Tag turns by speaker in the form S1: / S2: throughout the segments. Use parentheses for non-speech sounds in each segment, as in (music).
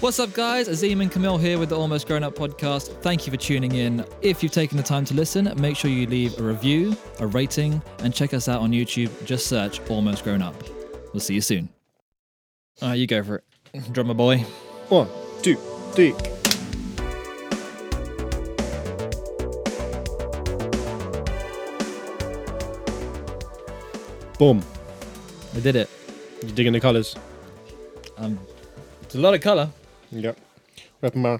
S1: What's up, guys? Azim and Camille here with the Almost Grown Up podcast. Thank you for tuning in. If you've taken the time to listen, make sure you leave a review, a rating, and check us out on YouTube. Just search Almost Grown Up. We'll see you soon. All right, you go for it, drummer boy.
S2: One, two, three. Boom.
S1: I did it.
S2: You digging the colours?
S1: Um, it's a lot of color.
S2: Yep. Wrapping my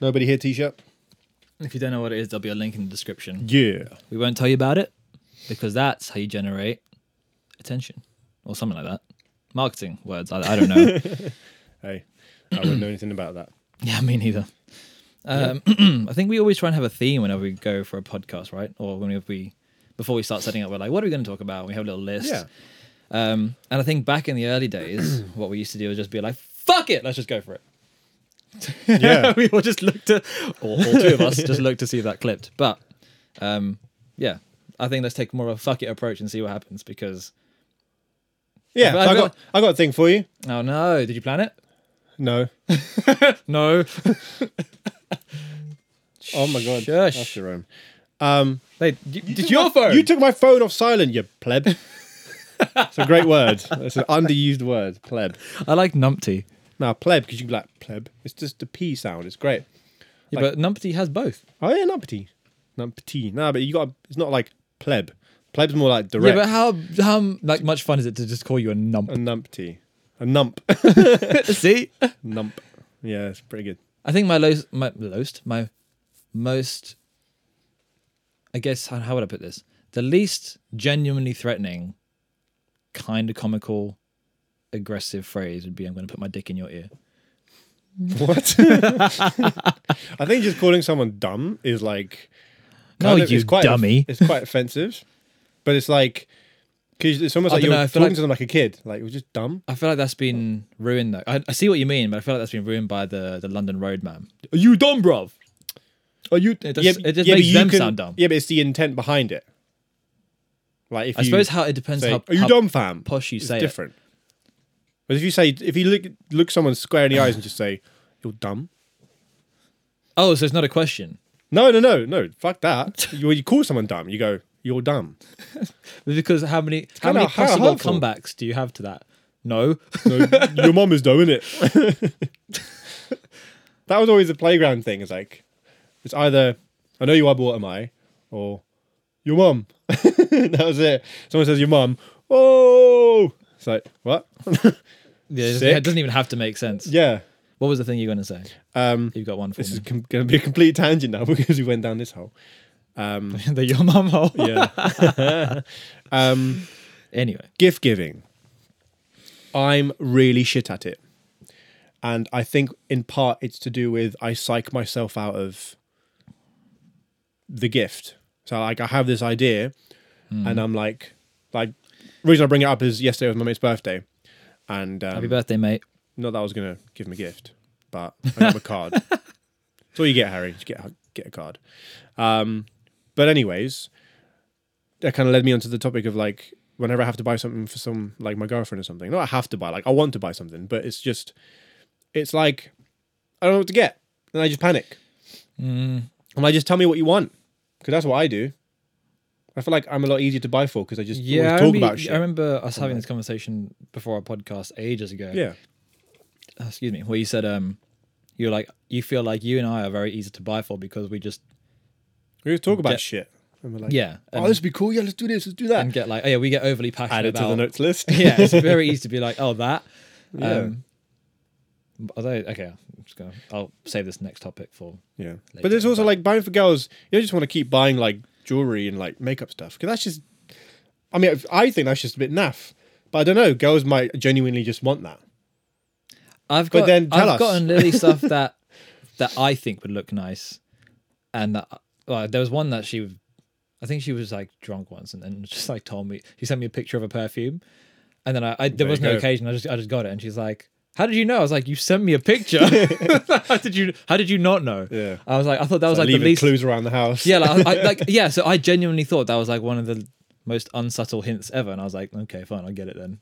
S2: Nobody Here t shirt?
S1: If you don't know what it is, there'll be a link in the description.
S2: Yeah.
S1: We won't tell you about it because that's how you generate attention or something like that. Marketing words. I, I don't know.
S2: Hey, I wouldn't (clears throat) know anything about that.
S1: yeah, me neither. Um, (clears throat) I think we always try and have a theme whenever we go for a podcast, right? Or whenever we, before we start setting up, we're like, what are we going to talk about? We have a little list.
S2: Yeah.
S1: Um, and I think back in the early
S2: (clears throat)
S1: days, what we used to do was just be like, fuck it, let's just go for it.
S2: (laughs) Yeah.
S1: (laughs) we all just looked to, or all two of
S2: (laughs)
S1: us just looked to see if that clipped. But um, yeah, I think let's take more of a fuck it approach and see what happens because,
S2: Yeah.
S1: But
S2: so I
S1: I've
S2: got I got a thing for you.
S1: oh no, did you plan it?
S2: No.
S1: No. (laughs)
S2: Oh my god.
S1: Shush.
S2: That's Jerome. Um
S1: Hey, you, did
S2: took
S1: your
S2: my-
S1: phone?
S2: You took my phone off silent, you pleb. it's a great word. It's an underused word, pleb.
S1: I like numpty,
S2: Now pleb, because you can be like pleb. It's just the P sound. It's great.
S1: yeah, but numpty has both.
S2: Oh yeah, not petite, not petite. Nah, but you got. It's not like pleb. Pleb's more like direct.
S1: Yeah, but how how like much fun is it to just call you a
S2: a (laughs)
S1: nump?
S2: numpty, a nump, (laughs)
S1: see,
S2: nump. Yeah, it's pretty
S1: (laughs)
S2: good.
S1: I think my lowest, my lowest, my most, I guess, how, how would I put this? The least genuinely threatening, kind of comical, aggressive phrase would be, "I'm going to put my dick in your ear."
S2: What? (laughs) I think just calling someone dumb is like.
S1: No,
S2: kind
S1: Oh, you
S2: it's quite
S1: dummy.
S2: it's quite offensive, but it's like. Cause it's almost
S1: I
S2: like
S1: don't
S2: you're
S1: know, I feel
S2: talking
S1: like-
S2: to them like a kid. Like we're just dumb.
S1: I feel like that's been ruined. Though I, I see what you mean, but I feel like that's been ruined by the the London Road man. Are you dumb, bruv?
S2: Or you?
S1: It just- it just makes them sound dumb.
S2: Yeah, but it's the intent behind it. Like if
S1: I
S2: you
S1: suppose how it depends
S2: say,
S1: how,
S2: "Are you
S1: how
S2: dumb, fam?"
S1: posh you
S2: It's
S1: say it.
S2: different. But if you say, if you look look someone square in the eyes and just say, "You're dumb,"
S1: Oh, so it's not a question.
S2: no, no, no, no,
S1: (laughs)
S2: fuck that. you, when you call someone dumb, you go, "You're dumb."
S1: Because how many how
S2: kinda
S1: many
S2: how
S1: possible
S2: hurtful.
S1: comebacks do you have to that? No. (laughs)
S2: No, your mom is dumb, is it? (laughs) that was always the playground thing. It's like, it's either, "I know you are, but what am I?" or "Your mom." (laughs) that was it. Someone says, "Your mom." Oh, it's like what?
S1: Yeah, it doesn't-
S2: Sick.
S1: it doesn't even have to make sense.
S2: yeah.
S1: What was the thing you were going to say?
S2: Um,
S1: You've got one for
S2: this is
S1: me.
S2: com- going to be a complete tangent now (laughs) because we went down this hole.
S1: the your mum (laughs) hole.
S2: Yeah. (laughs) um,
S1: Anyway,
S2: gift giving. I'm really shit at it. And I think in part it's to do with I psych myself out of the gift. So like I have this idea and I'm like like the reason I bring it up is yesterday was my mate's birthday. And
S1: happy
S2: um,
S1: birthday, mate.
S2: not that I was gonna give him a gift, but I
S1: (laughs)
S2: got him a card. That's all you get, Harry. Just get get a card. Um, but anyways, that kind of led me onto the topic of like whenever I have to buy something for some like my girlfriend or something. Not I have to buy, like I want to buy something, but it's just it's like I don't know what to get, and I just panic. And I just tell me what you want because that's what I do. I feel like I'm a lot easier to buy for because I just
S1: Yeah, I
S2: always talk
S1: remember,
S2: about shit.
S1: I remember us having this conversation before our podcast ages ago.
S2: yeah,
S1: Uh, excuse me. Where you said um, you're like you feel like you and I are very easy to buy for because we just
S2: we always talk about
S1: Get-
S2: shit. And we're like,
S1: yeah and,
S2: oh, this would be cool. Yeah, let's do this. Let's do that.
S1: and get like oh yeah we get overly passionate
S2: add it to
S1: about
S2: the notes (laughs)
S1: (laughs)
S2: list.
S1: yeah it's very easy to be like oh that
S2: Yeah.
S1: um although okay I'm just gonna I'll save this next topic for
S2: yeah.
S1: Later,
S2: but there's also like buying for girls. You don't just want to keep buying like jewelry and like makeup stuff because that's just. I mean, I think that's just a bit naff. But I don't know. Girls might genuinely just want that.
S1: I've got
S2: But then tell
S1: I've
S2: us.
S1: gotten Lily
S2: (laughs)
S1: stuff that that I think would look nice, and that well, there was one that she, I think she was like drunk once, and then (laughs) just like told me she sent me a picture of a perfume, and then I, I there
S2: you
S1: was no
S2: go.
S1: occasion. I just I just got it, and she's like. How did you know? I was like, you sent me a
S2: (laughs)
S1: picture. (laughs) how did you? How did you not know?
S2: Yeah.
S1: I was like, I thought that was
S2: Like
S1: like the
S2: leaving
S1: least.
S2: clues around the house.
S1: Yeah, like, I,
S2: (laughs)
S1: like yeah. So I genuinely thought that was like one of the most unsubtle hints ever, and I was like,
S2: (laughs)
S1: (laughs)
S2: Uh,
S1: okay, fine, I'll get it then.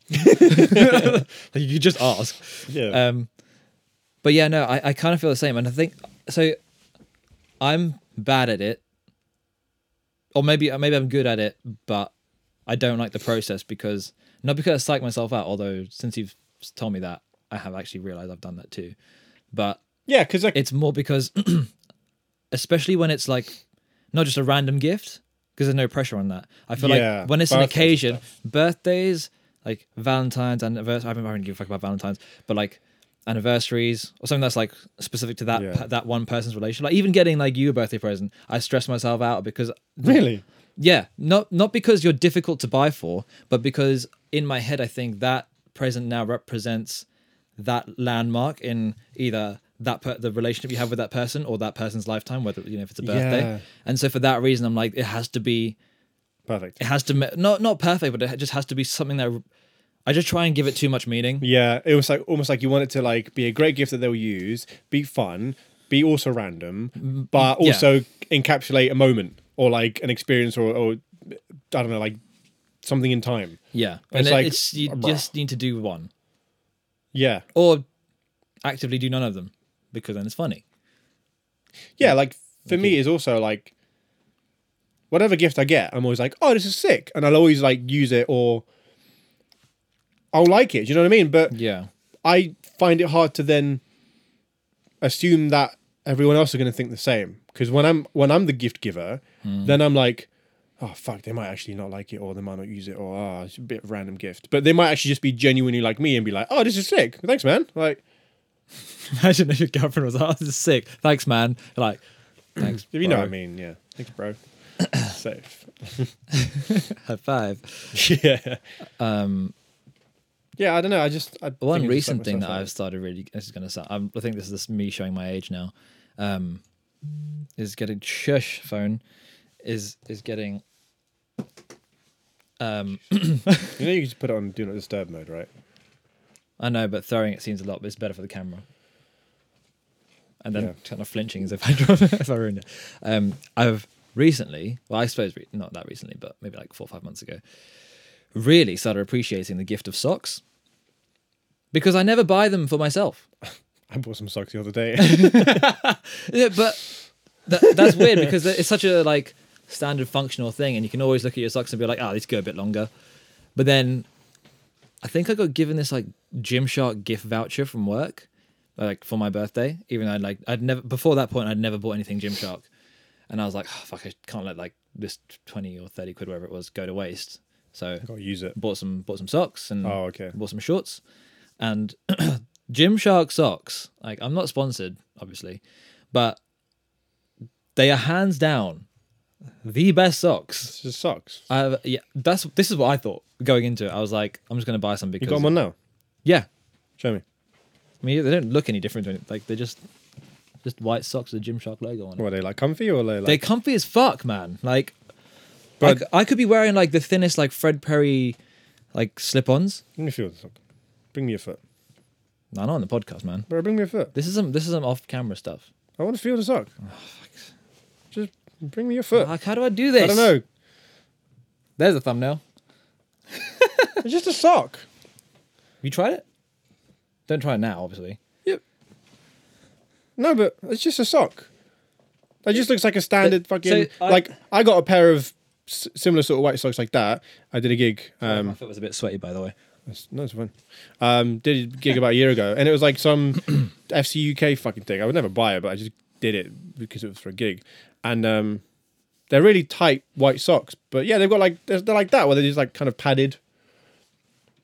S1: like, you could just ask.
S2: yeah.
S1: Um, But yeah, no, I, I kind of feel the same. And I think so I'm bad at it. Or maybe uh, maybe I'm good at it, but I don't like the process because not because I psych myself out, although since you've told me that, I have actually realized I've done that too. But
S2: Yeah, because like,
S1: it's more because (clears throat) especially when it's like not just a random gift because there's no pressure on that i feel
S2: Yeah,
S1: like when it's an
S2: birthdays and
S1: occasion birthdays like valentines anniversaries i don't really give a fuck about valentines but like anniversaries or something that's like specific to that
S2: Yeah.
S1: pe- that one person's relationship like even getting like you a birthday present i stress myself out because
S2: (laughs) really,
S1: yeah, not not because you're difficult to buy for, but because in my head I think that present now represents that landmark in either that per- the relationship you have with that person or that person's lifetime, whether you know if it's a birthday.
S2: Yeah.
S1: And so for that reason, I'm like, it has to be,
S2: perfect.
S1: it has to me- not not perfect, but it just has to be something that I just try and give it too much meaning.
S2: Yeah, it was like almost like you want it to like be a great gift that they'll use, be fun, be also random, but
S1: yeah.
S2: also encapsulate a moment or like an experience or, or I don't know, like something in time.
S1: Yeah,
S2: It's
S1: and it-
S2: like,
S1: it's you
S2: bruh.
S1: just need to do one
S2: Yeah,
S1: or actively do none of them because then it's funny.
S2: yeah. Like for me, it's also like whatever gift I get, I'm always like, oh, this is sick, and I'll always like use it or I'll like it. Do you know what I mean? But
S1: Yeah,
S2: I find it hard to then assume that everyone else is going to think the same because when I'm when I'm the gift giver, then I'm like, oh fuck, they might actually not like it or they might not use it or ah, it's a bit of a random gift. But they might actually just be genuinely like me and be like, oh, this is sick, thanks, man. Like,
S1: (laughs) imagine if your girlfriend was like, oh, "This is sick, thanks, man." Like, thanks.
S2: if you know
S1: bro."
S2: what I mean, yeah, thanks, bro. Safe.
S1: High five.
S2: (laughs) yeah. Um. Yeah, I don't know. I just I
S1: One
S2: think I just let
S1: recent thing that
S2: myself
S1: I've started really this is gonna sound. I'm, I think this is me showing my age now. Um, is getting shush phone, is is getting
S2: out. you know you can just put it on do not disturb mode, right?
S1: I know, but throwing it seems a lot, but it's better for the camera. And then
S2: Yeah.
S1: kind of flinching (laughs) as if I drop if I ruined it. Um, I've recently, well, I suppose re- not that recently, but maybe like four or five months ago, really started appreciating the gift of socks because I never buy them for myself.
S2: I bought some socks the other day. (laughs)
S1: Yeah, but that, that's weird because it's such a like standard functional thing, and you can always look at your socks and be like, "Ah, these go a bit longer." But then, I think I got given this like Gymshark gift voucher from work, like for my birthday. Even though I'd like I'd never before that point I'd never bought anything Gymshark, and I was like, oh, "Fuck, I can't let like this twenty or thirty quid, whatever it was, go to waste." So
S2: Got to use it.
S1: bought some bought some socks and
S2: Oh, okay.
S1: bought some shorts and (clears throat) Gymshark socks. Like I'm not sponsored, obviously, but they are hands down the best socks.
S2: It's just socks.
S1: I've, yeah, that's this is what I thought going into it. I was like, I'm just gonna buy some because
S2: You got them on now.
S1: yeah,
S2: Show me.
S1: I mean they don't look any different. to any- Like they're just just white socks with a Gymshark logo on it.
S2: What are they like comfy or are they like?
S1: They're comfy as fuck, man. Like, I
S2: But-
S1: c- I could be wearing like the thinnest like Fred Perry like slip-ons.
S2: Let me feel the sock. Bring me your foot.
S1: No, not on the podcast, man.
S2: Bro, bring me your foot.
S1: This is some this is some off camera stuff.
S2: I want to feel the sock.
S1: Oh,
S2: Just bring me your foot.
S1: Like, how do I do this?
S2: I don't know.
S1: There's a thumbnail.
S2: It's just a sock.
S1: You tried it? Don't try it now, obviously.
S2: Yep. No, but it's just a sock. That just looks like a standard
S1: But-
S2: fucking.
S1: so I-
S2: like I got a pair of s- similar sort of white socks like that. I did a gig. Um,
S1: My foot was a bit sweaty, by the way.
S2: That's, no, it's fine. Um, did a gig about a year ago, and it was like some
S1: (clears throat)
S2: FC UK fucking thing. I would never buy it, but I just did it because it was for a gig, and um, they're really tight white socks. But yeah, they've got like they're, they're like that, where they're just like kind of padded.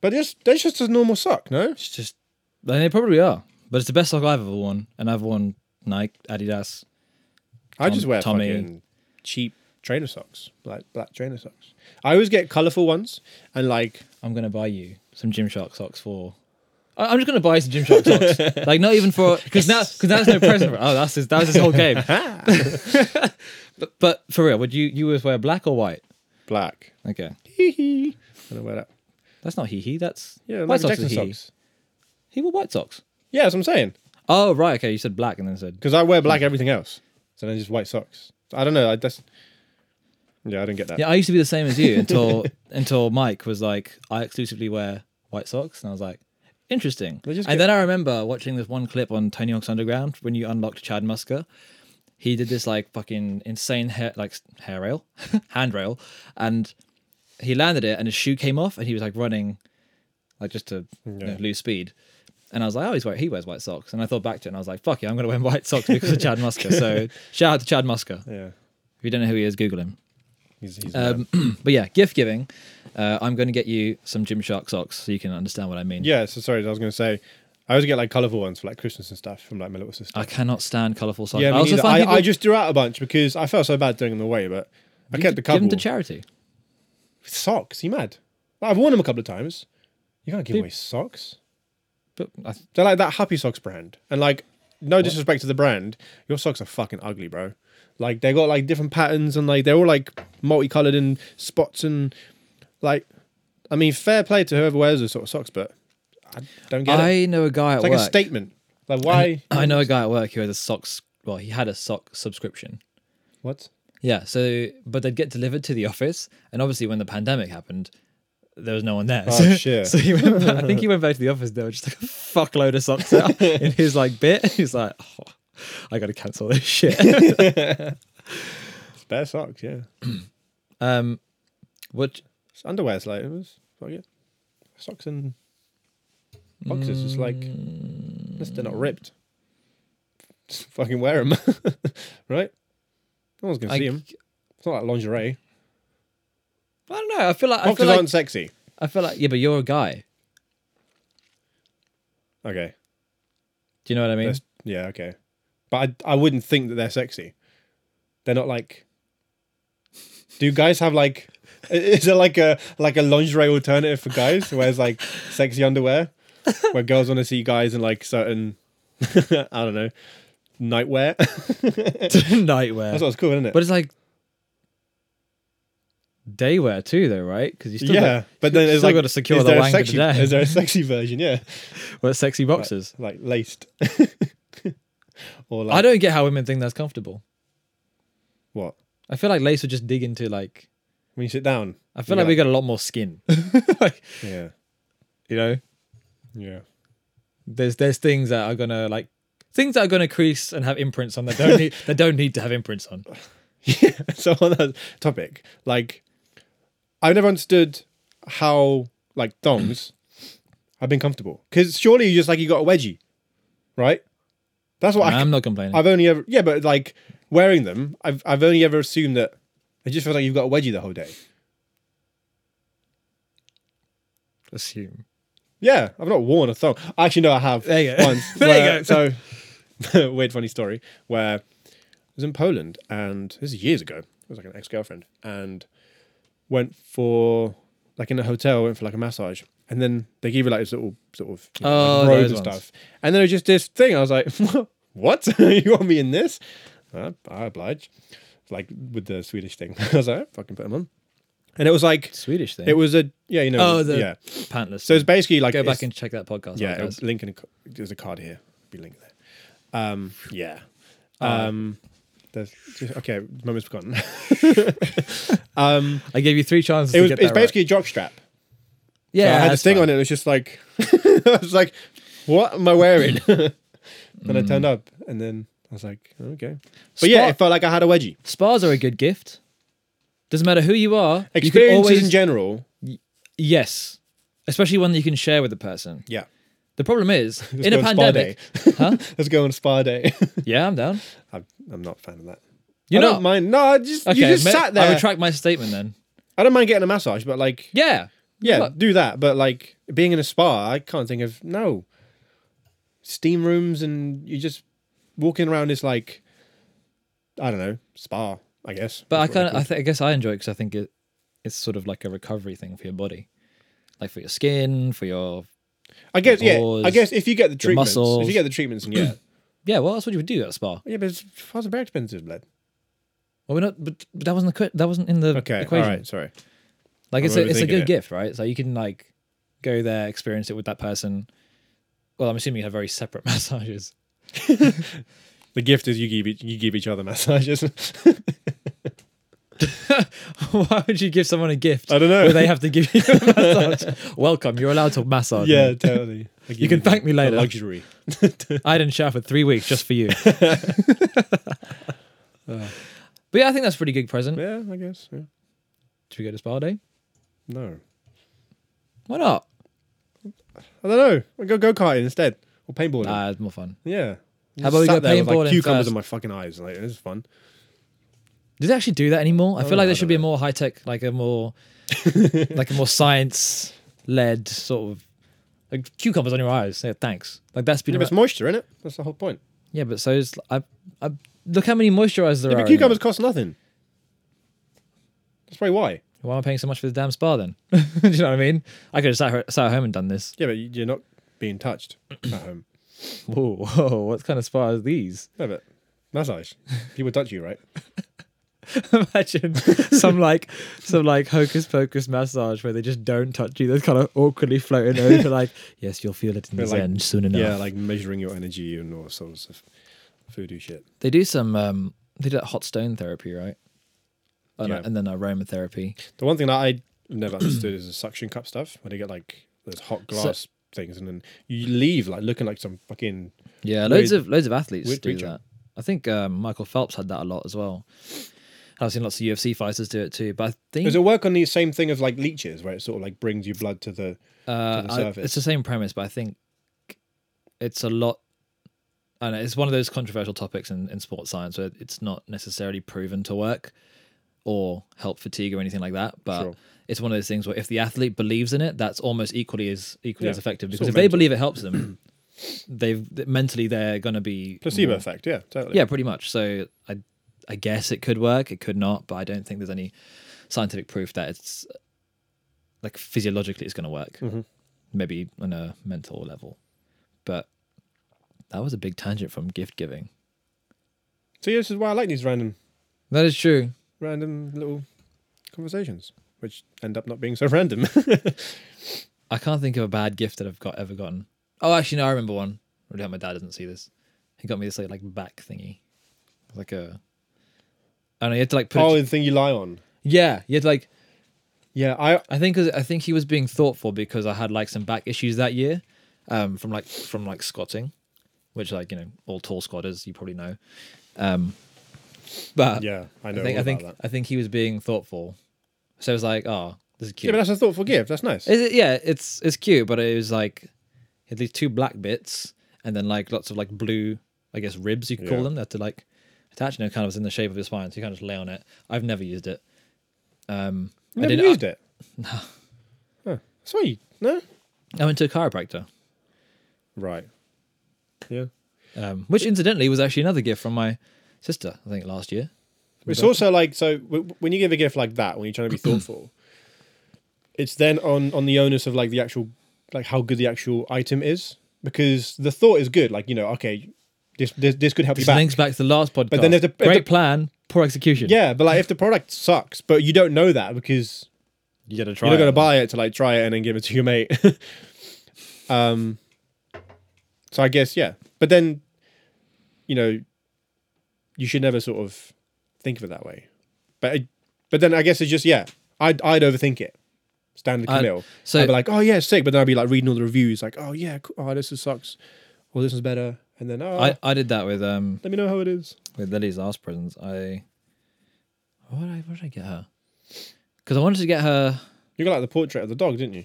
S2: But just they're just a normal sock, no?
S1: It's just, and they probably are, but it's the best sock I've ever worn, and I've worn Nike, Adidas.
S2: I
S1: Tom-
S2: just wear
S1: Tommy.
S2: fucking cheap trainer socks, like black trainer socks. I always get colourful ones, and like
S1: I'm gonna buy you some Gymshark socks for. I- I'm just gonna buy you some Gymshark (laughs) socks, like not even for because now because that's no present. For, oh, that's his, that was his whole (laughs) game. but, but for real, would you you would wear black or white?
S2: black. (laughs)
S1: Okay,
S2: Hee I don't wear that.
S1: that's not hee hee. That's
S2: Yeah,
S1: white
S2: Michael
S1: socks.
S2: Jackson
S1: Is hee.
S2: socks.
S1: He wore white socks.
S2: Yeah, that's what I'm saying.
S1: Oh right, okay. You said black and then said
S2: because I wear
S1: Hmm.
S2: black everything else, so then just white socks. I don't know. I just yeah, I don't get that.
S1: Yeah, I used to be the same as you until until Mike was like, I exclusively wear white socks, and I was like, interesting.
S2: They just
S1: and
S2: get-
S1: then I remember watching this one clip on Tony Hawk's Underground when you unlocked Chad Musker. He did this like fucking insane hair like hair rail, (laughs) handrail, and he landed it and his shoe came off and he was like running, like just to you know,
S2: Yeah.
S1: lose speed. And I was like, oh, he's white. He wears white socks. And I thought back to it and I was like, fuck yeah, I'm gonna wear (laughs) white socks because of Chad Musker. So shout out to Chad Musker.
S2: Yeah.
S1: If you don't know who he is, Google him.
S2: He's, he's mad.
S1: Um, but yeah, gift giving. Uh, I'm going to get you some Gymshark socks so you can understand what I mean.
S2: yeah. So sorry, I was going to say, I always get like colorful ones for like Christmas and stuff from like my little sister.
S1: I cannot stand colourful socks.
S2: yeah, me
S1: I also
S2: neither.
S1: find
S2: I,
S1: people
S2: I just threw out a bunch because I felt so bad throwing them away, but I
S1: You
S2: kept a
S1: could
S2: couple.
S1: Give them to charity.
S2: socks? You mad? Like, I've worn them a couple of times. You can't give
S1: Dude.
S2: away socks.
S1: But I,
S2: They're like that Happy Socks brand, and like, no disrespect to the brand, your socks are fucking ugly, bro. Like they got like different patterns and like they're all like multicolored and spots and like, I mean, fair play to whoever wears those sort of socks, but I don't get it.
S1: I know a guy at
S2: It's like
S1: work.
S2: a statement. Like
S1: (laughs)
S2: why?
S1: I know a guy at work who has a socks. Well, he had a sock subscription. (laughs)
S2: What?
S1: Yeah. So, but they'd get delivered to the office, and obviously when the pandemic happened, there was no one there. (laughs)
S2: Oh,
S1: so,
S2: shit.
S1: So he went. Back, I think he went back to the office. There were just like a fuckload of socks
S2: (laughs)
S1: out in his like bit. (laughs) He's like, oh, I got to cancel this shit.
S2: Bare socks, yeah.
S1: um, what?
S2: It's underwear's like it was fuck it. Socks and boxes just like
S1: mm.
S2: unless they're not ripped. Just fucking wear them, (laughs) right? No one's gonna see 'em. see them. It's not like lingerie.
S1: I don't know. I feel like I
S2: Boxes
S1: feel like,
S2: aren't sexy.
S1: I feel like yeah, but you're a guy.
S2: Okay.
S1: Do you know what I mean? (laughs)
S2: that's- yeah. Okay. But I I wouldn't think that they're sexy. They're not like. Do you guys have like? (laughs) Is there like a like a lingerie alternative for guys where it's like sexy underwear, where girls want to see guys in like certain, (laughs) I don't know, nightwear. (laughs)
S1: Nightwear.
S2: That's what's cool, isn't it?
S1: but it's like daywear too, though, right? Because you still
S2: yeah,
S1: got,
S2: but then
S1: you
S2: it's
S1: still
S2: like
S1: got to secure
S2: is
S1: the
S2: there a
S1: wang
S2: sexy,
S1: of the day.
S2: Is there a sexy version?
S1: (laughs)
S2: Yeah,
S1: Well, sexy boxes.
S2: like laced, (laughs) or like
S1: I don't get how women think that's comfortable.
S2: what?
S1: I feel like lace would just dig into like.
S2: When you sit down,
S1: I feel
S2: Yeah.
S1: like we got a lot more
S2: (laughs)
S1: skin. like,
S2: yeah,
S1: you know,
S2: yeah.
S1: there's there's things that are gonna like things that are gonna crease and have imprints on that don't need that don't need to have imprints on.
S2: yeah. (laughs) So on that topic, like, I've never understood how like thongs (clears throat) have been comfortable because surely you just like you got a wedgie, right? That's what I,
S1: I'm not complaining.
S2: I've only ever yeah, but like wearing them, I've I've only ever assumed that it just feels like you've got a wedgie the whole day.
S1: assume.
S2: Yeah, I've not worn a thong. Actually, no, I have.
S1: There you go.
S2: (laughs) Once,
S1: There
S2: where-
S1: you (laughs)
S2: So, (laughs) weird, funny story where I was in Poland, and this is years ago. It was like an ex-girlfriend, and went for like in a hotel. Went for like a massage, and then they gave you like this little sort of you
S1: Oh,
S2: like robe
S1: those
S2: and
S1: ones.
S2: stuff, and then it was just this thing. I was like, (laughs) "What? you want me in this?" Uh, I oblige. Like with the Swedish thing, (laughs) I was like, "Fucking put them on," and it was like
S1: Swedish thing.
S2: it was a yeah, you know,
S1: Oh, the-
S2: yeah.
S1: pantless.
S2: So it's basically like
S1: go
S2: it's-
S1: back and check that podcast.
S2: yeah,
S1: out, guys.
S2: it'll link in a, co- there's a card here. Be linked there. Um, yeah. Um, there's okay.
S1: (laughs)
S2: Moment's forgotten. (laughs) um,
S1: I gave you three chances.
S2: it
S1: to
S2: was
S1: get
S2: it's
S1: that right.
S2: basically a jock strap. So
S1: yeah.
S2: I had
S1: that's
S2: this thing
S1: fine.
S2: on it. It was just like (laughs) I was like, what am I wearing? (laughs) and I turned up, and then I was like, okay. But yeah,
S1: Mm. Spot-
S2: it felt like I had a wedgie.
S1: Spas are a good gift. Doesn't matter who you are. you can
S2: Experiences
S1: always,
S2: in general.
S1: yes, especially one that you can share with the person.
S2: Yeah.
S1: The problem
S2: (laughs)
S1: is in
S2: go
S1: a
S2: on spa
S1: pandemic. (laughs) huh?
S2: Let's go on spa
S1: (laughs)
S2: day.
S1: Yeah, I'm
S2: (laughs)
S1: down.
S2: I'm, I'm not a fan of that.
S1: You're
S2: I
S1: not.
S2: don't mind. No, I just you just
S1: ma-
S2: sat there.
S1: I retract my statement then.
S2: I don't mind getting a massage, but like
S1: Yeah.
S2: Yeah,
S1: Look.
S2: do that. But like being in a spa, I can't think of no steam rooms, and you're just walking around this like I don't know spa. I guess,
S1: But I
S2: That's what
S1: kind of,
S2: they're
S1: I, th- I guess I enjoy it because I think it, it's sort of like a recovery thing for your body, like for your skin, for your
S2: called. I guess, yeah. I
S1: Pause,
S2: guess if you get the treatments, if
S1: muscles.
S2: you get the treatments, and
S1: (clears throat)
S2: yeah,
S1: yeah. Well, that's what you would do at a spa.
S2: yeah, but it's far very expensive, blood.
S1: Well, we're not, but, but that wasn't the, que- that wasn't in the
S2: Okay,
S1: equation.
S2: all right, sorry.
S1: Like
S2: I'm
S1: it's a, it's a
S2: overthinking
S1: good
S2: it.
S1: gift, right? So you can like go there, experience it with that person. Well, I'm assuming you have very separate (laughs) massages.
S2: The gift is you give each, you give each other (laughs) massages.
S1: Why would you give someone a gift
S2: I don't know. (laughs)
S1: where they have to give you a massage? Welcome, you're allowed to massage. (laughs)
S2: yeah, totally. I give
S1: You can
S2: the-
S1: thank me
S2: the
S1: later.
S2: Luxury.
S1: I didn't shower for three weeks just for
S2: (laughs)
S1: you. (laughs) but yeah, I think that's a pretty good present.
S2: Yeah, I guess. Yeah.
S1: Should we go to spa day?
S2: No,
S1: Why not?
S2: I don't know. We'll go go karting instead or paintballing.
S1: Nah, it's more fun.
S2: yeah.
S1: How about we
S2: Sat
S1: go
S2: there with,
S1: paintballing
S2: like cucumbers
S1: first?
S2: in my fucking eyes? Like this is fun.
S1: Do they actually do that anymore? I feel
S2: Oh,
S1: like there
S2: I
S1: should
S2: don't
S1: be a more high tech, like a
S2: (laughs)
S1: more, like a more science led sort of, like cucumbers on your eyys. Yeah, thanks. Like that's been.
S2: Yeah,
S1: Yeah,
S2: but it's moisture in it. That's the whole point.
S1: yeah, but so is I, I. Look how many moisturizers there
S2: Yeah,
S1: are.
S2: but
S1: in
S2: cucumbers cost nothing. That's probably why.
S1: it. Why am I paying so much for this damn spa then? (laughs) do you know what I mean? I could have sat, sat at home and done this.
S2: Yeah, but you- you're not being touched at home.
S1: Whoa, (laughs) whoa! What kind of spa are these? (laughs)
S2: No, but massage. People touch you, right?
S1: Imagine some like some like hocus pocus massage where they just don't touch you. They're kind of awkwardly floating over, like, (laughs) yes, you'll feel it in the
S2: They're like-
S1: zen soon enough.
S2: Yeah, like measuring your energy and all sorts of voodoo shit.
S1: they do some um they do that hot stone therapy, right? And,
S2: Yeah.
S1: and then aromatherapy.
S2: The one thing that I
S1: (clears throat)
S2: never understood is the suction cup stuff, where they get like those hot
S1: So-
S2: glass things, and then you leave like looking like some fucking.
S1: Yeah, loads
S2: Weird-
S1: of loads of athletes
S2: weird
S1: do
S2: creature.
S1: that. I think um, Michael Phelps had that a lot as well. And I've seen lots of UFC fighters do it too, but I think
S2: Does it work on the same thing as like leeches, where it sort of like brings your blood to the?
S1: Uh,
S2: the
S1: I- it's
S2: surface.
S1: the same premise, but I think it's a lot. I know it's one of those controversial topics in, in sports science where it's not necessarily proven to work or help fatigue or anything like that. But
S2: Sure.
S1: it's one of those things where if the athlete believes in it, that's almost equally as equally
S2: Yeah,
S1: as effective
S2: it's
S1: because
S2: all
S1: if they
S2: mental.
S1: believe it helps them, (clears throat) they've th- mentally they're going to be
S2: Placebo
S1: more-
S2: effect, yeah, totally.
S1: Mm. yeah, pretty much. So I, I guess it could work. It could not, but I don't think there's any scientific proof that it's like physiologically it's going to work.
S2: Mhm.
S1: Maybe on a mental level, but that was a big tangent from gift giving.
S2: So yeah, this is why I like these random,
S1: That is true.
S2: random little conversations, which end up not being so (laughs) random.
S1: I can't think of a bad gift that I've got ever gotten. Oh, actually, no, I remember one. Really hope my dad doesn't see this. He got me this like, like back thingy, It was like a. I don't know. You had to like put.
S2: oh,
S1: it,
S2: the thing you lie on.
S1: yeah, you had to like
S2: Yeah, I
S1: I think I think he was being thoughtful because I had like some back issues that year, um, from like from like squatting, which like you know all tall squatters you probably know, um, but
S2: yeah, I
S1: I,
S2: know.
S1: think
S2: all
S1: I think
S2: about that.
S1: I think he was being thoughtful, so it was like oh this is
S2: Yeah,
S1: cute.
S2: but
S1: Yeah,
S2: that's a thoughtful gift. That's nice.
S1: is it, yeah it's it's cute, but it was like he had these two black bits and then like lots of like blue I guess ribs you could call
S2: Yeah.
S1: them that to like attach. You know, kind of was in the shape of your spine, so you kind of just lay on it. I've never used it. Um,
S2: You
S1: I
S2: never
S1: didn't- I-
S2: used
S1: (laughs)
S2: it. No. Huh. Sweet. No.
S1: I went to a chiropractor.
S2: Right. Yeah.
S1: um, which incidentally was actually another gift from my sister, I think last year.
S2: It's also like so w- when you give a gift like that, when you're trying to
S1: (clears throat)
S2: be thoughtful, it's then on on the onus of like the actual like how good the actual item is because the thought is good. Like you know, okay, this this, this could help
S1: This
S2: you back.
S1: links back to the last podcast.
S2: then if the- if
S1: great
S2: the-
S1: plan, poor execution.
S2: Yeah, but like if the product sucks, but you don't know that because
S1: you gotta try.
S2: you're not
S1: it.
S2: going to buy it to like try it and then give it to your mate. (laughs) um, so I guess yeah, but then, you know, you should never sort of think of it that way. But it, but then I guess it's just yeah, I'd I'd overthink it. Standard
S1: I'd-
S2: Camille.
S1: so-
S2: I'd be like, oh yeah, sick. But then I'd be like reading all the reviews, like, oh yeah, cool. oh this is sucks, or this is better, and then oh,
S1: I, I did that with um
S2: let me know how it is.
S1: with Lily's last presents. I what did I what did I get her? Because I wanted to get her.
S2: You got like the portrait of the dog, didn't you?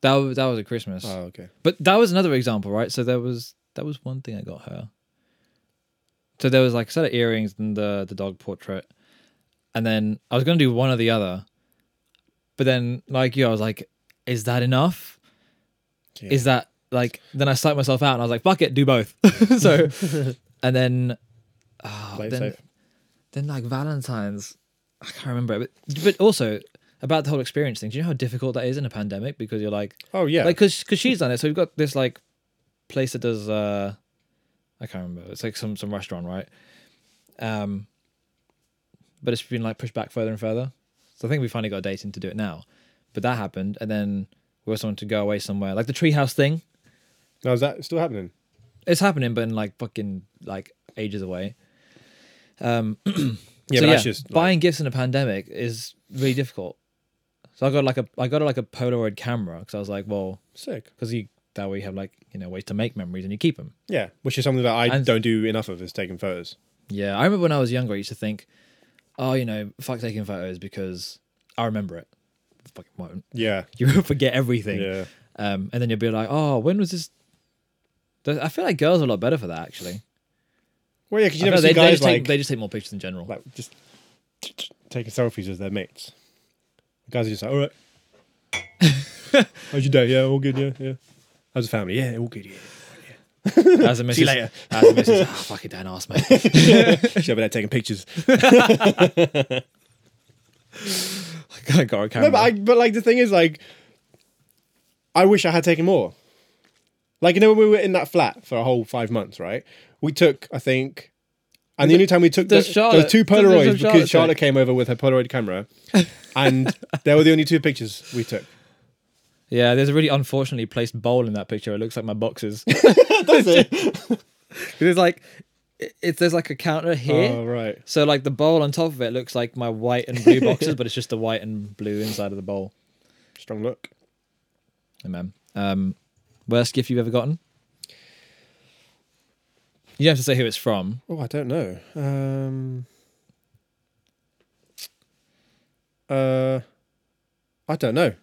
S1: That was, that was a Christmas,
S2: Oh okay.
S1: but that was another example, right? So there was that was one thing I got her. So there was like a set of earrings and the the dog portrait, and then I was gonna do one or the other, but then like you, I was like, is that enough?
S2: Yeah.
S1: Is that like? Then I psyched myself out and I was like, fuck it, do both. (laughs)
S2: (laughs)
S1: so, and then, ah,
S2: Play it
S1: then,
S2: safe.
S1: then like Valentine's, I can't remember, but but also about the whole experience thing. Do you know how difficult that is in a pandemic? Because you're like,
S2: Oh yeah.
S1: like because she's done it so we've got this like place that does uh i can't remember it's like some some restaurant right um but it's been like pushed back further and further so i think we finally got a date in to do it now but that happened and then we also wanted to go away somewhere like the treehouse thing
S2: now is that still happening?
S1: it's happening but in like fucking like ages away um
S2: Yeah,
S1: so
S2: but
S1: yeah,
S2: that's just like,
S1: buying gifts in a pandemic is really difficult so i got like a i got like a polaroid camera because i was like well
S2: sick.
S1: because you that way you have like you know ways to make memories and you keep them.
S2: Yeah, which is something that I
S1: And-
S2: don't do enough of is taking photos.
S1: Yeah, I remember when I was younger, I used to think, oh, you know, fuck taking photos because I remember it. Fucking won't. (laughs)
S2: Yeah,
S1: You will forget everything.
S2: yeah,
S1: Um, and then you'll be like, oh, when was this? Th- I feel like girls are a lot better for that actually.
S2: well, yeah, because
S1: I
S2: you never
S1: feel
S2: see
S1: they, they
S2: guys
S1: just
S2: like
S1: take, they just take more pictures in general.
S2: like just taking selfies with their mates. The guys are just like, all right, (laughs) how's your day? Yeah, all good. Yeah, yeah. How's the family? Yeah, all (laughs) good. Yeah.
S1: As a missus,
S2: See you later.
S1: (laughs) As a
S2: (laughs)
S1: missus, oh, fucking Dan ass, (laughs) mate.
S2: She's over there taking pictures.
S1: I got a camera.
S2: No, but I, but like the thing is, like, I wish I had taken more. Like you know when we were in that flat for a whole five months, right? We took, I think, and the only time we took
S1: Does
S2: the,
S1: Charlotte-
S2: those two
S1: does- does
S2: Polaroids
S1: Charlotte
S2: because Charlotte
S1: take-
S2: came over with her Polaroid camera, (laughs) and they were the only two pictures we took.
S1: Yeah, there's a really unfortunately placed bowl in that picture. It looks like my boxes.
S2: (laughs) Does it?
S1: (laughs) there's like, it- it's there's like a counter here.
S2: Oh right.
S1: So like the bowl on top of it looks like my white and blue boxes, but it's just the white and blue inside of the bowl.
S2: Strong look.
S1: Hey, man. Um, worst gift you've ever gotten? You don't have to say who it's from.
S2: Oh, I don't know. Um, uh, I don't know.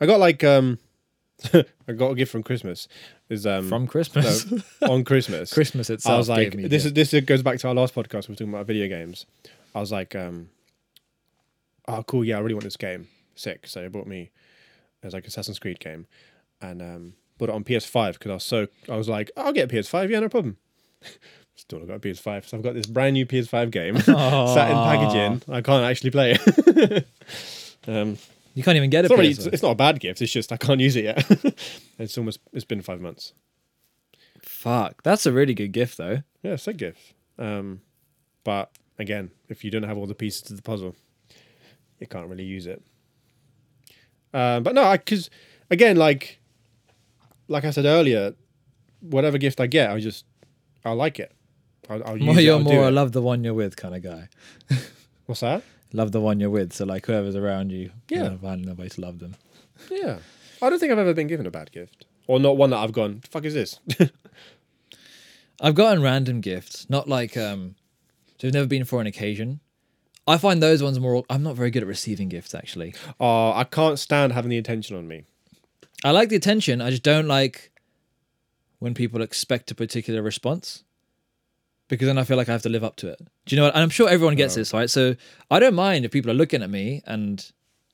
S2: I got like um, (laughs) I got a gift from Christmas. Is um
S1: From (laughs)
S2: no, (laughs)
S1: Christmas.
S2: on Christmas.
S1: Christmas itself.
S2: I was like,
S1: gave me
S2: this
S1: the-
S2: is this goes back to our last podcast. We were talking about video games. I was like, um, oh cool, yeah, I really want this game. Sick. So they bought me. It was like Assassin's Creed game, and um, bought it on PS5 because I was so I was like, I'll get a PS5. Yeah, no problem. (laughs) Still, I got a PS5, so I've got this brand new PS5 game (laughs) sat in packaging. I can't actually play it. (laughs) um,
S1: You can't even get
S2: it's
S1: it.
S2: not, really, it's, it's not a bad gift. It's just I can't use it yet. (laughs) it's almost it's been five months.
S1: Fuck. That's a really good gift though.
S2: Yeah, it's a GIF. Um, but again, if you don't have all the pieces to the puzzle, you can't really use it. Um, but no, because again, like like I said earlier, whatever gift I get, I just I like it. I'll, (laughs) I'll use
S1: More
S2: it.
S1: you're
S2: I'll do
S1: more
S2: it.
S1: love the one you're with kind of guy.
S2: What's that?
S1: Love the one you're with. So like whoever's around you,
S2: Yeah.
S1: you know, find a way to love them.
S2: Yeah, I don't think I've ever been given a bad gift, or not one that I've gone. Fuck is (laughs) this?
S1: I've gotten random gifts, not like um so they've never been for an occasion. I find those ones more I'm not very good at receiving gifts actually.
S2: oh, I can't stand having the attention on me.
S1: I like the attention, I just don't like when people expect a particular response. Because then I feel like I have to live up to it. Do you know what? And I'm sure everyone gets this, right? So I don't mind if people are looking at me and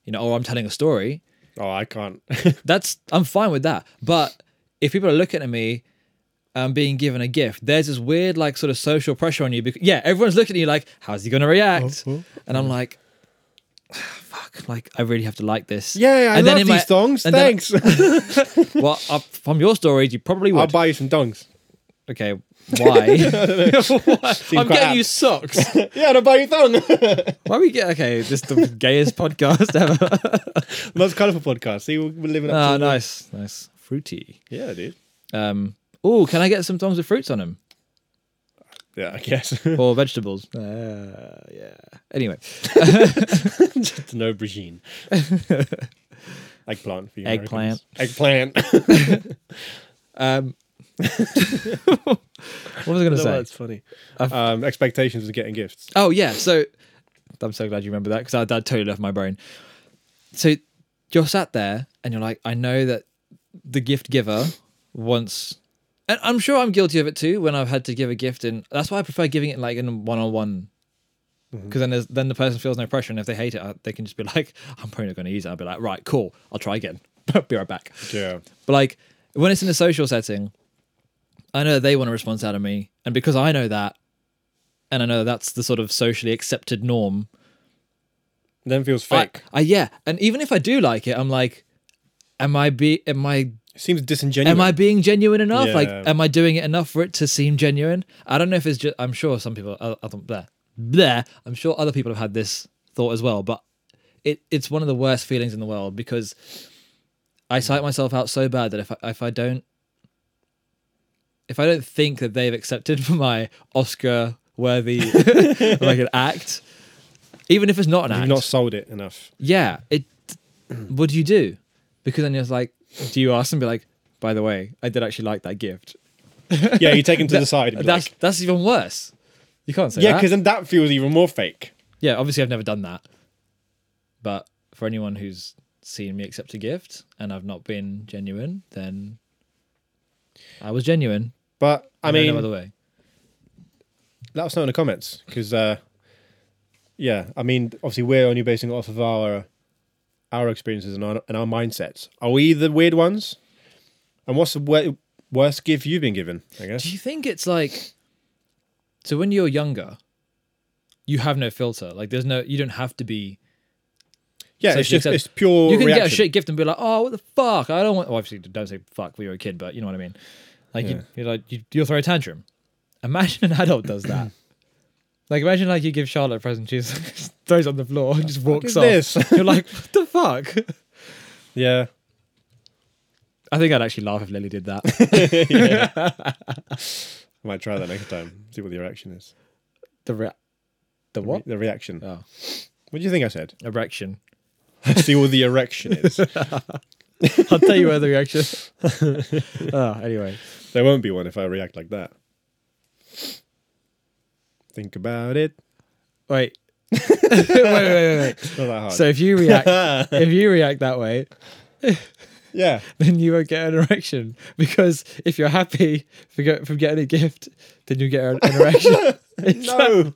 S1: you know, or I'm telling a story.
S2: Oh, I (laughs) can't.
S1: That's I'm fine with that. But if people are looking at me and being given a gift, there's this weird like sort of social pressure on you because yeah, everyone's looking at you like, how's he gonna react?
S2: Oh, oh,
S1: and I'm like, (sighs) fuck, like I really have to like this.
S2: yeah, I
S1: and
S2: love
S1: in
S2: these
S1: my-
S2: thongs.
S1: and then- (laughs)
S2: Thanks.
S1: Well, uh, from your stories, you probably
S2: (laughs) I'll
S1: would.
S2: buy you some dongs.
S1: okay,
S2: (laughs)
S1: why? (laughs) Why? I'm
S2: quite
S1: getting
S2: apt.
S1: you socks.
S2: (laughs) Yeah, I'll buy you thong.
S1: why we get okay? This is the (laughs) gayest podcast
S2: (laughs)
S1: ever.
S2: Most colourful podcast. See, we're we're living
S1: (laughs)
S2: up
S1: Ah,
S2: to the-
S1: nice, nice, fruity.
S2: Yeah, dude.
S1: Um, oh, can I get some thongs with fruits on them?
S2: Yeah,
S1: (laughs)
S2: I guess.
S1: or vegetables. Uh, yeah. Anyway,
S2: Just
S1: (laughs)
S2: no brigine. Eggplant for you.
S1: Eggplant.
S2: Americans.
S1: (laughs)
S2: Eggplant.
S1: um, what was I going to say?
S2: That's funny. Um, expectations of getting gifts.
S1: Oh yeah. So I'm so glad you remember that because that, that totally left my brain. So you're sat there and you're like, I know that the gift giver wants, and I'm sure I'm guilty of it too. When I've had to give a gift, and that's why I prefer giving it like in one on one. Because then, there's, then the person feels no pressure, and if they hate it, I, they can just be like, "I'm probably not going to use it." I'll be like, "Right, cool, I'll try again. (laughs) be right back."
S2: Yeah.
S1: But like when it's in a social setting, I know that they want a response out of me, and because I know that, and I know that's the sort of socially accepted norm.
S2: Then feels
S1: I,
S2: fake.
S1: I yeah, and even if I do like it, I'm like, am I be am I
S2: It seems disingenuous.
S1: am I being genuine enough? Like,
S2: Yeah.
S1: am I doing it enough for it to seem genuine? I don't know if it's just. I'm sure some people. I, I don't, bleh, bleh. I'm sure other people have had this thought as well, but it it's one of the worst feelings in the world because I psych myself out so bad that if I, if I don't if I don't think that they've accepted (laughs) my Oscar worthy (laughs) like an act, even if it's not an
S2: You've
S1: act,
S2: not sold it enough.
S1: yeah, it. What do you do? Because then you're like, do you ask them? Be like, by the way, I did actually like that gift.
S2: yeah, you take him to
S1: (laughs)
S2: the side. And be
S1: That's
S2: like,
S1: that's even worse. You can't say
S2: yeah,
S1: that.
S2: because then that feels even more fake.
S1: Yeah, obviously I've never done that. But for anyone who's seen me accept a gift and I've not been genuine, then I was genuine.
S2: But I
S1: There's no
S2: mean,
S1: other way.
S2: let us know in the comments because, uh, yeah, I mean, obviously we're only basing it off of our our experiences and our, and our mindsets. Are we the weird ones? And what's the wor- worst gift you've been given? I
S1: Do
S2: guess.
S1: you think it's like so when you're younger, you have no filter. Like there's no you don't have to be
S2: Yeah,
S1: So
S2: it's
S1: she
S2: just
S1: said-
S2: it's pure.
S1: you can get a
S2: reaction.
S1: shit gift and be like, oh what the fuck? I don't want well, obviously don't say fuck when you're a kid, but you know what I mean. Like
S2: Yeah.
S1: you you're like you, you'll throw a tantrum. Imagine an adult (clears throat) does that. like imagine like you give Charlotte a present, she just (laughs) throws it on the floor and just walks
S2: is
S1: off. (laughs)
S2: this?
S1: You're like, what the fuck?
S2: Yeah.
S1: (laughs) I think I'd actually laugh if Lily did (laughs) that.
S2: yeah. I might try that next time. See what the reaction is.
S1: the re- the
S2: The re-
S1: what?
S2: The reaction.
S1: Oh,
S2: What do you think I said? (laughs)
S1: (laughs) erection.
S2: See what the
S1: (laughs)
S2: erection is.
S1: I'll tell you where the reaction. (laughs) oh, anyway,
S2: there won't be one if I react like that. Think about it.
S1: wait. (laughs) wait, wait, wait, (laughs) wait.
S2: It's not that hard.
S1: So if you react, if you react that way,
S2: yeah.
S1: (laughs) then you won't get an erection because if you're happy for get, from getting a gift, then you get an, an (laughs) erection. It's like- (laughs)
S2: No.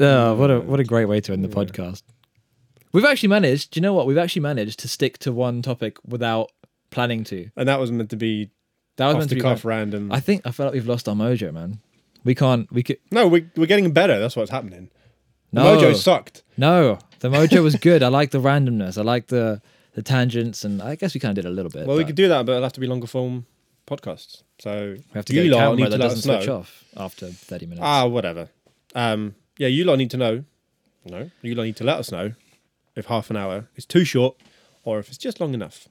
S1: oh, what a what a great way to end the podcast. We've actually managed. Do you know what? We've actually managed to stick to one topic without planning to.
S2: And that was meant to be
S1: That was
S2: off
S1: meant to
S2: the
S1: be
S2: cuff random.
S1: I think I feel like we've lost our mojo, man. We can't. We could.
S2: No, we, we're getting better. That's what's happening. The
S1: No,
S2: Mojo sucked.
S1: no. The mojo was good. I like the randomness. I like the the tangents, and I guess we kind of did a little bit.
S2: Well, we
S1: but
S2: could do that, but it'll have to be longer form podcasts. So
S1: We have to
S2: you
S1: get a
S2: lot
S1: camera
S2: need to
S1: that
S2: let
S1: doesn't
S2: us know.
S1: switch off after thirty minutes.
S2: Ah, whatever. Um, yeah, you lot need to know. No, you lot need to let us know if half an hour is too short or if it's just long enough.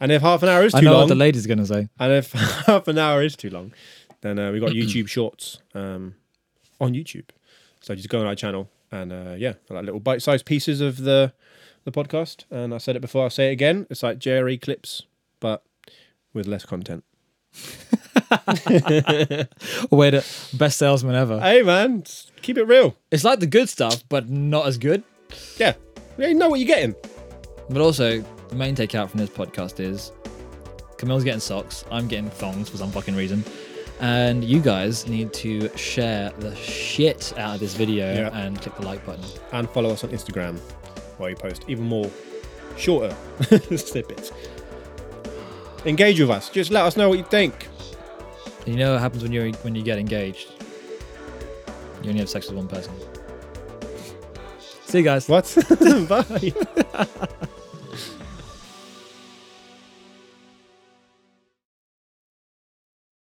S2: and if half an hour is
S1: I
S2: too
S1: know
S2: long,
S1: what the lady's gonna
S2: (laughs)
S1: say.
S2: and if half an hour is too long, then uh, we got YouTube Shorts um, on YouTube. So just go on our channel and uh, yeah, like little bite-sized pieces of the the podcast. And I said it before, I'll say it again. It's like Jerry clips, but with less content.
S1: Wait, the best salesman ever.
S2: Hey man, s- keep it real.
S1: It's like the good stuff, but not as good.
S2: Yeah, you know what you're getting.
S1: But also, the main takeout from this podcast is Camille's getting socks, I'm getting thongs for some fucking reason. And you guys need to share the shit out of this video
S2: Yeah.
S1: and click the like button.
S2: and follow us on Instagram, where we post even more shorter (laughs) snippets. Engage with us. Just let us know what you think.
S1: And you know what happens when you when you get engaged? You only have sex
S2: (laughs)
S1: with one person. See you guys.
S2: What? Bye.